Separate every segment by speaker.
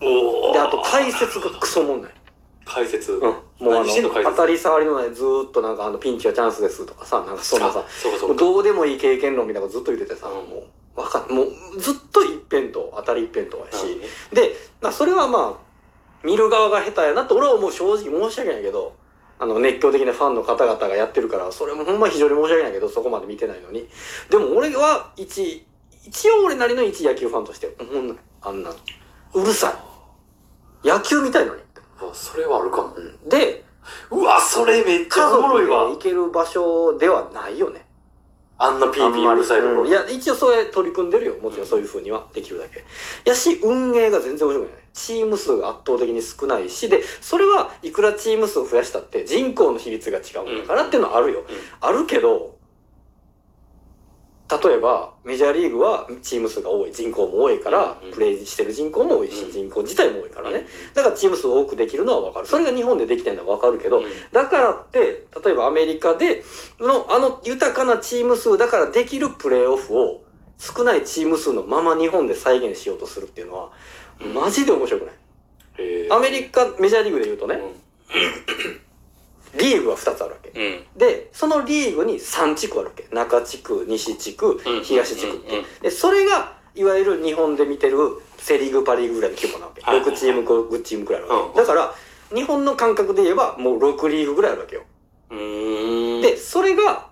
Speaker 1: お
Speaker 2: で、
Speaker 1: ー
Speaker 2: あと解説がクソもんない。
Speaker 1: 解説。
Speaker 2: うん。もうあ
Speaker 1: 何してんの解
Speaker 2: の、当
Speaker 1: 説
Speaker 2: たり障りのないずーっとなんかあの、ピンチはチャンスですとかさ、なんかそんなさ
Speaker 1: あ、そうかそ
Speaker 2: も
Speaker 1: う
Speaker 2: う
Speaker 1: か。
Speaker 2: どうでもいい経験論みたいなことずっと言っててさ、
Speaker 1: うん
Speaker 2: もう、わかん、もうずっと一辺倒、当たり一辺倒や
Speaker 1: なるほど
Speaker 2: し。
Speaker 1: ね
Speaker 2: で、まあそれはまあ、見る側が下手やなって俺はもう正直申し訳ないけど、あの、熱狂的なファンの方々がやってるから、それもほんま非常に申し訳ないけど、そこまで見てないのに。でも俺は一、一応俺なりの一野球ファンとして、思んない。あんなの。うるさい。野球みたいのに。
Speaker 1: あそれはあるかも。
Speaker 2: で、
Speaker 1: うわ、それめっち
Speaker 2: 家
Speaker 1: ゃおもろ
Speaker 2: 族
Speaker 1: い
Speaker 2: で行
Speaker 1: わ。
Speaker 2: ける場所ではないよね。
Speaker 1: あんなピーピーうるさいとこ
Speaker 2: うん
Speaker 1: ろ。
Speaker 2: いや、一応それ取り組んでるよ。もちろ
Speaker 1: うんん
Speaker 2: そういう風には、できるだけ。やし、運営が全然面白くない。チーム数が圧倒的に少ないし、で、それはいくらチーム数を増やしたって人口の比率が違うんだからっていうのはあるよ。あるけど、例えば、メジャーリーグはチーム数が多い、人口も多いから
Speaker 1: うん、
Speaker 2: プレイしてる人口も多いし
Speaker 1: う、ん
Speaker 2: 人口自体も多いからね。
Speaker 1: う
Speaker 2: だからチーム数多くできるのはわかる。それが日本でできてるのはわかるけど、
Speaker 1: ん。うん
Speaker 2: だからって、例えばアメリカでの、あの豊かなチーム数だからできるプレーオフを少ないチーム数のまま日本で再現しようとするっていうのは、
Speaker 1: うん
Speaker 2: マジで面白くない。
Speaker 1: えー
Speaker 2: アメリカ、メジャーリーグで言うとね、リーグは2つあるわけ。
Speaker 1: うん。うん
Speaker 2: で、そのリーグに3地区あるわけ。中地区、西地区
Speaker 1: うん、
Speaker 2: 東地区
Speaker 1: う
Speaker 2: っ
Speaker 1: んう
Speaker 2: て
Speaker 1: ん。
Speaker 2: で、それが、いわゆる日本で見てるセリーグ、パリーグぐらいの規模なわけ。
Speaker 1: はいはいはい
Speaker 2: 6チーム、5チームくらいあるわ
Speaker 1: うん
Speaker 2: け。だから、日本の感覚で言えばもう6リーグぐらいあるわけよ。
Speaker 1: うーん。
Speaker 2: で、それが、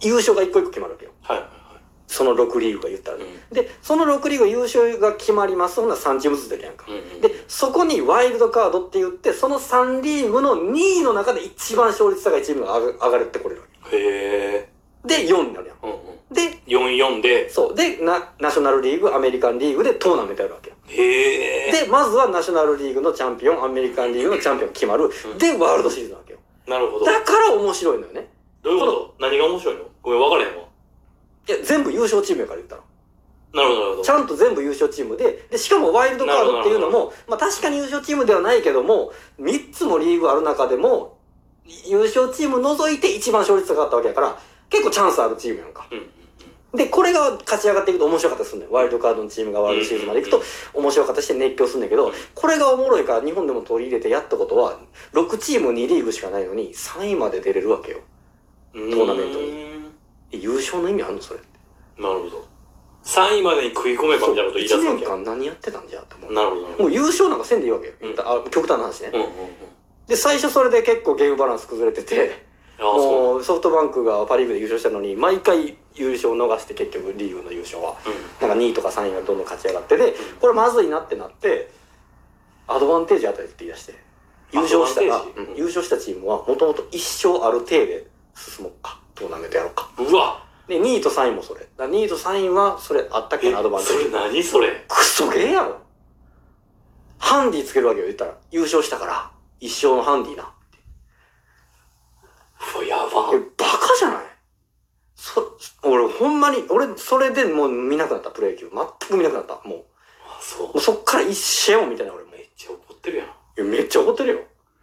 Speaker 2: 優勝が一個一個決まるわけよ。
Speaker 1: はいは
Speaker 2: その6リーグが言ったら
Speaker 1: いはい。
Speaker 2: ね。で、その6リーグ優勝が決まります。ほんなら3チームずつ出るやんか
Speaker 1: う。んうん
Speaker 2: で、そこにワイルドカードって言って、その3リーグの2位の中で一番勝率高いチームが上が上がるってこれるわ
Speaker 1: へえ。
Speaker 2: け。で、4になるやん。
Speaker 1: うんうん。
Speaker 2: で、
Speaker 1: 44で、
Speaker 2: そう。で、ナナショナルリーグ、アメリカンリーグでトーナメントやるわけよ。
Speaker 1: へえ。
Speaker 2: で、まずはナショナルリーグのチャンピオン、アメリカンリーグのチャンピオン決まる。で、ワールドシリーズなわけよ。
Speaker 1: なるほど。
Speaker 2: だから面白いのよね。
Speaker 1: どういうこと何が面白いのごめん、分からへんわ。
Speaker 2: いや、全部優勝チームやから言ったら。
Speaker 1: なるほど、なるほ
Speaker 2: ちゃんと全部優勝チームで、で、しかもワイルドカードっていうの
Speaker 1: なる
Speaker 2: も、まあ確かに優勝チームではないけども、3つもリーグある中でも、優勝チーム除いて一番勝率高かったわけやから、結構チャンスあるチームやんか。
Speaker 1: ど。うんうん
Speaker 2: で、これが勝ち上がっていくと面白かったりするんだよ。ワイルドカードのチームがワールドシリーズまで行くと面白かったりして熱狂するんだけど、これがおもろいから日本でも取り入れてやったことは、6チーム2リーグしかないのに3位まで出れるわけよ。
Speaker 1: うん。
Speaker 2: トーナメントに
Speaker 1: に。
Speaker 2: 優勝の意味あんのそれって。
Speaker 1: なるほど。3位までに食い込めばみたいなこと言い出す
Speaker 2: 1
Speaker 1: わ
Speaker 2: 年
Speaker 1: けや。
Speaker 2: 間何やってたんじゃと思う。
Speaker 1: なるほど、なるほ
Speaker 2: もう優勝なんかせんでいいわけよ。
Speaker 1: うん
Speaker 2: あ極端な話ね。
Speaker 1: ど。うんうんうん。
Speaker 2: で、最初それで結構ゲームバランス崩れてて、
Speaker 1: ああ、そう。
Speaker 2: もうソフトバンクがパリーグで優勝したのに、毎回優勝を逃して結局リーグの優勝は、
Speaker 1: うん。
Speaker 2: なんか2位とか3位がどんどん勝ち上がって、で、これまずいなってなって、アドバンテージあたりって言い出して、優勝した
Speaker 1: ア
Speaker 2: ら
Speaker 1: ドバンテージ、
Speaker 2: うん優勝したチームはもともと1勝ある程で進もうか、トーナメントやろうか。
Speaker 1: うわ
Speaker 2: で、2位と3位もそれ。だから2位と3位はそれあったっけ
Speaker 1: え
Speaker 2: な、アドバンテ
Speaker 1: そ
Speaker 2: ージ
Speaker 1: れ。何それ
Speaker 2: クソゲーやろ。ハンディつけるわけよ、言ったら。優勝したから、一勝のハンディな。
Speaker 1: うわ、やば
Speaker 2: え、。バカじゃないそ、俺ほんまに、俺それでもう見なくなった、プロ野球。全く見なくなった、もう。も
Speaker 1: あ、そう
Speaker 2: う。そっから一試合もみたいな俺も。
Speaker 1: めっちゃ怒ってるやん。
Speaker 2: いやめっちゃ怒ってるよ。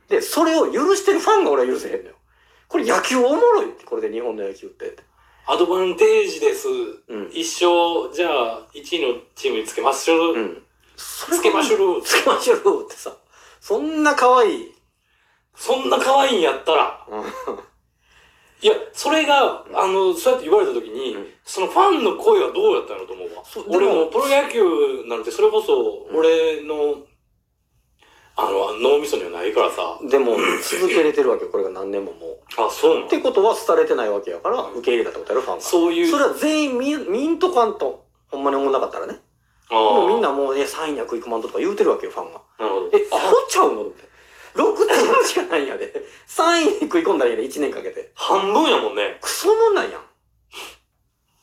Speaker 2: で、それを許してるファンが俺は許せへんのよ。これ野球おもろいって、これで日本の野球って。
Speaker 1: アドバンテージです。
Speaker 2: うん。
Speaker 1: 一生、じゃあ、1位のチームにつけましょう。
Speaker 2: うん。それ
Speaker 1: つけまし
Speaker 2: う。
Speaker 1: ょう。
Speaker 2: つけましょうってさ。そんな可愛い。
Speaker 1: そんな可愛いんやったら。いや、それが、
Speaker 2: うん
Speaker 1: あの、そうやって言われた時に、
Speaker 2: うん
Speaker 1: そのファンの声はどうやったのと思うわ
Speaker 2: そう。でも
Speaker 1: 俺もプロ野球なんて、それこそ、
Speaker 2: うん
Speaker 1: 俺の、あの、脳みそにはないからさ。
Speaker 2: でも、続けれてるわけよ、これが何年ももう。
Speaker 1: あ、そうな
Speaker 2: ってことは廃れてないわけやから、受け入れたってことやろ、ファンが。
Speaker 1: そういう。
Speaker 2: それは全員見ん見んとかんと。ほんまに思んなかったらね。
Speaker 1: あ
Speaker 2: で
Speaker 1: ー
Speaker 2: もみんなもう、え、3位には食い込まんととか言うてるわけよ、ファンが。
Speaker 1: なるほど。
Speaker 2: え、アホちゃうのって。6点しかないんやで。3位に食い込んだらいいね、1年かけて。
Speaker 1: 半分やもんね。
Speaker 2: クソもんなんやん。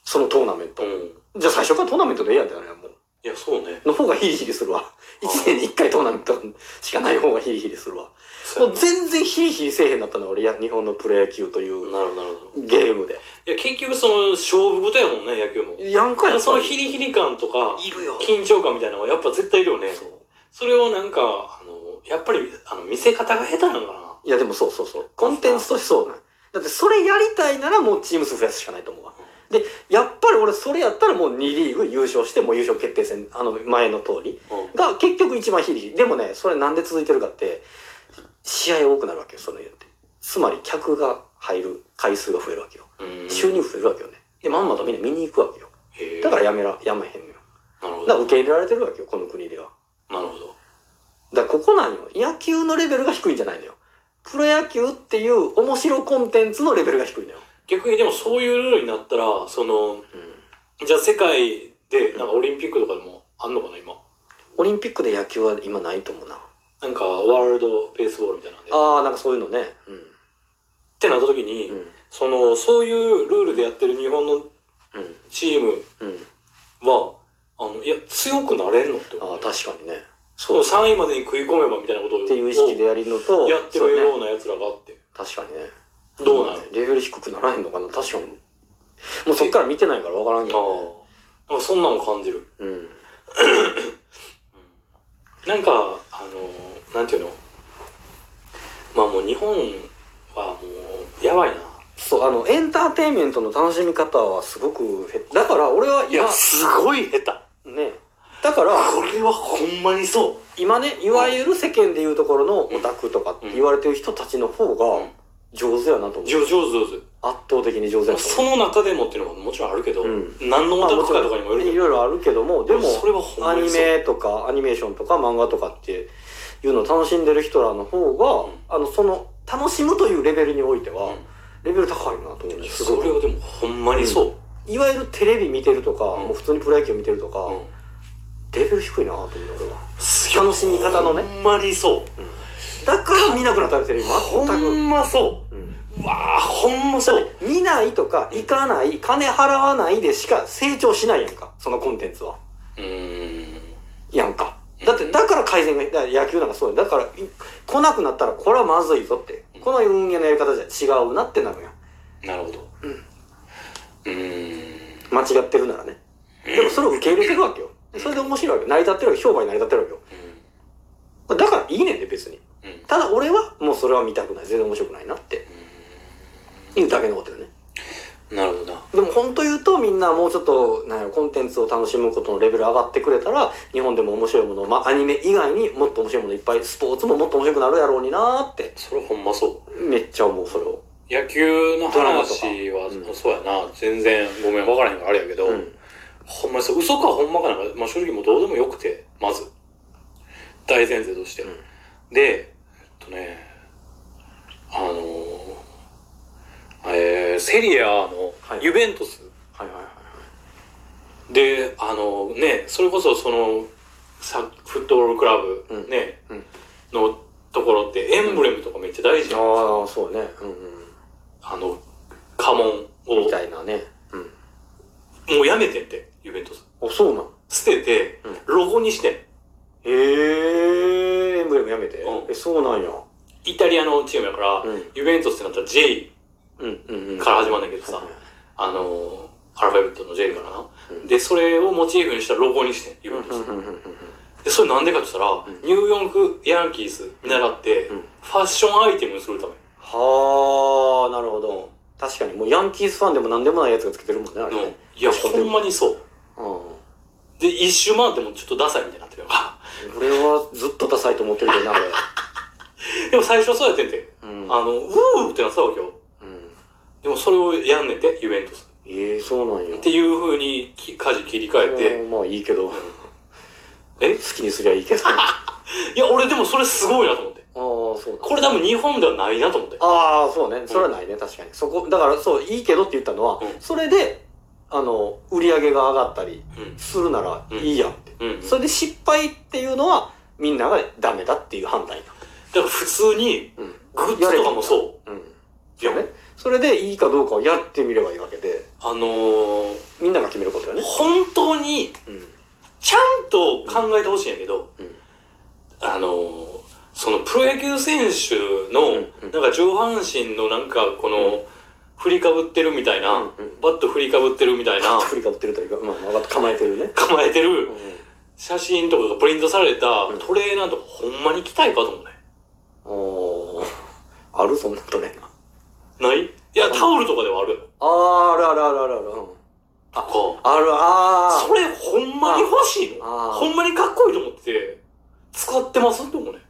Speaker 2: そのトーナメン
Speaker 1: う
Speaker 2: ト。
Speaker 1: ん。
Speaker 2: じゃあ最初からトーナメントでええやんってなるやん、もう。
Speaker 1: いや、そうね。
Speaker 2: の方がヒリヒリするわ。1年に1回トーナメントしかない方がヒリヒリするわ。
Speaker 1: そ
Speaker 2: も
Speaker 1: う
Speaker 2: う全然ヒリヒリせえへんなったの、俺、や日本のプロ野球とい
Speaker 1: や
Speaker 2: う
Speaker 1: なるほど、なるほど。
Speaker 2: ゲームで。
Speaker 1: いや、結局その、勝負事やもんね、野球も。
Speaker 2: やんかやっぱり
Speaker 1: そのヒリヒリ感とか、
Speaker 2: いるよ。
Speaker 1: 緊張感みたいなのはやっぱ絶対いるよね。
Speaker 2: そう
Speaker 1: それをなんか、あの、やっぱり、あの、見せ方が下手なのかな。
Speaker 2: いやでもそうそうそう。コンテンツとしてそうなん。だってそれやりたいならもうチーム数増やすしかないと思うわ。
Speaker 1: う
Speaker 2: で、やっぱり俺それやったらもう2リーグ優勝して、もう優勝決定戦、あの前の通り。
Speaker 1: うん
Speaker 2: が結局一番非力。でもね、それなんで続いてるかって、試合多くなるわけよ、その言って。つまり客が入る回数が増えるわけよ。
Speaker 1: うん
Speaker 2: 収入増えるわけよね。で、まんまとみんな見に行くわけよ。
Speaker 1: へえ
Speaker 2: だからやめら、やめへんのよ。
Speaker 1: なるほ
Speaker 2: だから
Speaker 1: ど
Speaker 2: 受け入れられてるわけよ、この国では。
Speaker 1: なるほど
Speaker 2: だからここなんよ。野球のレベルが低いんじゃないのよ。プロ野球っていう面白コンテンツのレベルが低いのよ。
Speaker 1: 逆にでもそういうルールになったらそのじゃあ世界でなんかオリンピックとかでもあんのかな今
Speaker 2: オリンピックで野球は今ないと思うな。
Speaker 1: なんかワールドベースボールみたいなんでっ
Speaker 2: ああ、なんかそういうのね。う
Speaker 1: てなった時に、
Speaker 2: ん。うん。
Speaker 1: そのそういうルールでやってる日本の
Speaker 2: うん。
Speaker 1: チーム
Speaker 2: うん。
Speaker 1: はあのいや強くなれんのって
Speaker 2: ああ、確かにね。
Speaker 1: そう3位までに食い込めばみたいなことを
Speaker 2: っていう意識でやるのと、
Speaker 1: やって
Speaker 2: そう
Speaker 1: るよ
Speaker 2: ね。
Speaker 1: うなやつらがあって
Speaker 2: 確かにね。
Speaker 1: どうなの
Speaker 2: レベル低くならへんのかな確かに。もうそっから見てないからわからんけ
Speaker 1: あ
Speaker 2: ど、ね。
Speaker 1: あなんかそんなの感じる
Speaker 2: うん。
Speaker 1: なんかあのなんていうのまあもう日本はもうやばいな
Speaker 2: そう、あの、エンターテインメントの楽しみ方はすごく減っだから俺は今、
Speaker 1: すごい下手
Speaker 2: ね。だから、
Speaker 1: れはほんまにそ
Speaker 2: 今ねいわゆる世間でいうところのオタクとかって言われてる人たちの方
Speaker 1: う
Speaker 2: が
Speaker 1: ん
Speaker 2: 上手やなと思う、
Speaker 1: 上手上手上
Speaker 2: 圧倒的に上手
Speaker 1: 手ま
Speaker 2: や
Speaker 1: あ
Speaker 2: と
Speaker 1: そ
Speaker 2: 思う
Speaker 1: の中でもっていうのはもちろんあるけど、
Speaker 2: うん
Speaker 1: 何のオタクかとかにもよるけ
Speaker 2: い
Speaker 1: ど、
Speaker 2: ろいろあるけどもでも
Speaker 1: それはほん
Speaker 2: ア
Speaker 1: まに
Speaker 2: ニ
Speaker 1: そう
Speaker 2: メとかアニメーションとか漫画とかっていうのを楽しんでる人らの方が、
Speaker 1: うん
Speaker 2: あのその楽しむというレベルにおいて
Speaker 1: う
Speaker 2: は、
Speaker 1: ん
Speaker 2: レベル高いなと思うす
Speaker 1: そ
Speaker 2: ご
Speaker 1: れ
Speaker 2: い
Speaker 1: はでもほんまにそう、
Speaker 2: いわゆるテレビ見てるとか、
Speaker 1: うん
Speaker 2: もう普通にプロ野球見てるとか、
Speaker 1: うん
Speaker 2: レベル低いなと思う俺は
Speaker 1: 楽
Speaker 2: しみ方のね
Speaker 1: ほんまにそう
Speaker 2: だから見なくなったらテレビ
Speaker 1: ほ
Speaker 2: 全く、
Speaker 1: んまそ
Speaker 2: うん
Speaker 1: ううわあほんまそう
Speaker 2: 見ないとか行かない金払わないでしか成長しないやんかそのコンテンツは
Speaker 1: うーん
Speaker 2: やんかだってだから改善がだから野球なんかそうやだからい来なくなったらこれはまずいぞってこの運営のやり方じゃ違うなってなるやん
Speaker 1: なるほど
Speaker 2: うん
Speaker 1: うーん
Speaker 2: 間違ってるならねでもそれを受け入れてるわけよそれで面白いわけ成り立ってるわけ商売成り立ってるわけよだからいいねんで別に
Speaker 1: うんうん
Speaker 2: ただ俺はもうそれは見たくない全然面白くないなっていうだけのことよね
Speaker 1: なるほどな
Speaker 2: でも本当言うとみんなもうちょっとなんやろコンテンツを楽しむことのレベル上がってくれたら日本でも面白いもの、まあ、アニメ以外にもっと面白いものいっぱいスポーツももっと面白くなるやろうになーって
Speaker 1: それほんまそう
Speaker 2: めっちゃ思うそれを、
Speaker 1: 野球の
Speaker 2: ドラマとか
Speaker 1: 話は、
Speaker 2: うん
Speaker 1: そうやな全然ごめん分からへんからあれやけど、
Speaker 2: うん、
Speaker 1: ほんまにそう嘘かほんまかなんか、まあ、正直もうどうでもよくてまず大前提として、
Speaker 2: うん
Speaker 1: でえっとねあのーえーセリアの
Speaker 2: はい
Speaker 1: ユベントス、
Speaker 2: はいはいはいはい
Speaker 1: であのねそれこそそのさフットボールクラブ、ね
Speaker 2: うん
Speaker 1: のところってエンブレムとかめっちゃ大事じゃん、
Speaker 2: ああそうねうん
Speaker 1: あの家紋
Speaker 2: うん
Speaker 1: を
Speaker 2: みたいなねうん
Speaker 1: もうやめてんってユベントス
Speaker 2: あそうなん
Speaker 1: 捨てて、
Speaker 2: うん
Speaker 1: ロゴにしてん
Speaker 2: へえエンブレムやめて、
Speaker 1: うん
Speaker 2: えそうなんや
Speaker 1: イタリアのチームやから、
Speaker 2: うん
Speaker 1: ユベントスってなったら J
Speaker 2: うんうんうん
Speaker 1: から始まるんだけどさ、あのーアルファベットの J かな、でそれをモチーフにしたロゴにしてんユベントス、
Speaker 2: うんうんうんうん
Speaker 1: でそれなんでかって言ったら、ニューヨークヤンキース見習って、
Speaker 2: うん
Speaker 1: ファッションアイテムにするため
Speaker 2: はあなるほど確かにもうヤンキースファンでも何でもないやつがつけてるもんねあれね、
Speaker 1: のいやほんまにそう
Speaker 2: うん
Speaker 1: で一周回ってもちょっとダサいみたいになってるか
Speaker 2: 俺はずっとダサいと思ってるけどな、俺。
Speaker 1: らでも最初はそうやってんて、
Speaker 2: うん
Speaker 1: あのうーってなってたわけよ
Speaker 2: うん、
Speaker 1: でもそれをやんねんてユベントス
Speaker 2: ええそうなんや。
Speaker 1: っていう風にき舵切り替えて、
Speaker 2: うんまあいいけど。
Speaker 1: え
Speaker 2: 好きにすりゃいい けど。ああ、
Speaker 1: いや俺でもそれすごいなと思って
Speaker 2: そうだ。
Speaker 1: これ多分日本ではないなと思って
Speaker 2: ああ、そうね。それはないね、確かに。そこ、だからそう、いいけどって言ったのは、
Speaker 1: うん
Speaker 2: それで、あの、売り上げが上がったり
Speaker 1: う
Speaker 2: するならいいやんって。
Speaker 1: ん、うん、だ
Speaker 2: そ
Speaker 1: か
Speaker 2: れで失敗っていうのは、みんながダメだっていう判断や。
Speaker 1: ら普通に
Speaker 2: うん。。
Speaker 1: グッズとかもそう
Speaker 2: うん。
Speaker 1: ういや
Speaker 2: ね。それでいいかどうかをやってみればいいわけで、
Speaker 1: あのー、
Speaker 2: みんなが決めることよね。
Speaker 1: 本当に
Speaker 2: うん。
Speaker 1: ちゃんと考えてほしいんやけど、
Speaker 2: うん
Speaker 1: あのー、そのプロ野球選手の
Speaker 2: うんうん
Speaker 1: なんか上半身のなんかこ
Speaker 2: う
Speaker 1: の振りかぶってるみたいな、
Speaker 2: うんうん
Speaker 1: バット振りかぶってるみたい な
Speaker 2: 振りかぶってるというか、まあ、まあ構えてるね。
Speaker 1: 構えて
Speaker 2: う
Speaker 1: る
Speaker 2: ん
Speaker 1: 写真とかがプリントされた
Speaker 2: ん
Speaker 1: トレーナーとかほんまに着たいかと思うね
Speaker 2: おーあるそんなトレーナー。
Speaker 1: ないいやタオルとかではあるやろ
Speaker 2: あーあるあるあるあるある。
Speaker 1: とか、
Speaker 2: あるあ
Speaker 1: それほんまに欲しいの
Speaker 2: あー
Speaker 1: ほんまにかっこいいと思ってて、使ってますって思うね。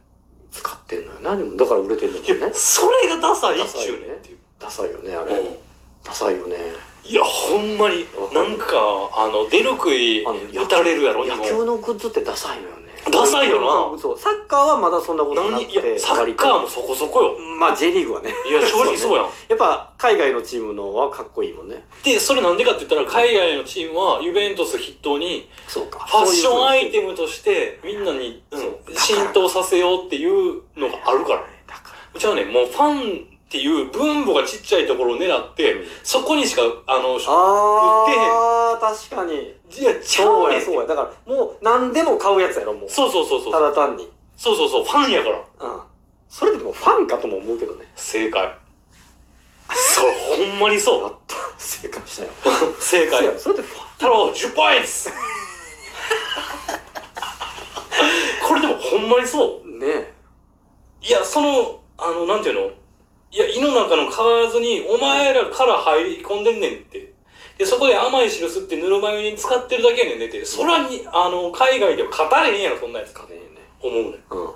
Speaker 2: 使ってんのよなでもだから売れてんの
Speaker 1: いや
Speaker 2: もん、ね
Speaker 1: それがダサいっちゅうねんっていう。
Speaker 2: ダサいよねあ
Speaker 1: う
Speaker 2: れ
Speaker 1: ん
Speaker 2: ダサいよね
Speaker 1: いや、ほんまに、なんか、あの、出る杭
Speaker 2: あの
Speaker 1: 打たれるやろ、
Speaker 2: 野
Speaker 1: 今。
Speaker 2: 球のグッズってダサいのよね
Speaker 1: ダサいよ
Speaker 2: なそうサッカーはまだそんなことな
Speaker 1: 何
Speaker 2: く
Speaker 1: いや、
Speaker 2: て
Speaker 1: サッカーもそこそこよ。
Speaker 2: まあ J リーグはね
Speaker 1: いや、正直そうやん。
Speaker 2: やっぱ海外のチームのはかっこいいもんね
Speaker 1: で、それなんでかって言ったら、海外のチームは、ユベントス筆頭に、
Speaker 2: そうか
Speaker 1: ファッションアイテムとして、みんなに、うん、浸透させようっていうのがあるから。
Speaker 2: だから
Speaker 1: じゃあね、もうファンっていう分母がちっちゃいところを狙って、そこにしか、あの、
Speaker 2: ああ確かに
Speaker 1: いや、ちゃ
Speaker 2: そう
Speaker 1: う
Speaker 2: や
Speaker 1: ねん
Speaker 2: そうやだからもう何でも買うやつやろもう
Speaker 1: そうそうそうそう。
Speaker 2: ただ単に
Speaker 1: そうそうそう、ファンやから。
Speaker 2: うんそれでもファンかとも思うけどね
Speaker 1: 正解。そう、ほんまにそう。
Speaker 2: 正解したよ
Speaker 1: 正
Speaker 2: そう
Speaker 1: 解。
Speaker 2: やそれでファン
Speaker 1: 太郎、10ポイント これでもほんまにそう。
Speaker 2: ねえ
Speaker 1: いや、その、あの、なんていうのいや、胃の中の蛙に、お前らから入り込んでんねんって。で、そこで甘い汁吸ってぬるま湯に使ってるだけやねんねって。そらに、あの、海外では語れへんやろ、そんなやつか。
Speaker 2: ねえね
Speaker 1: 思うねん。
Speaker 2: うん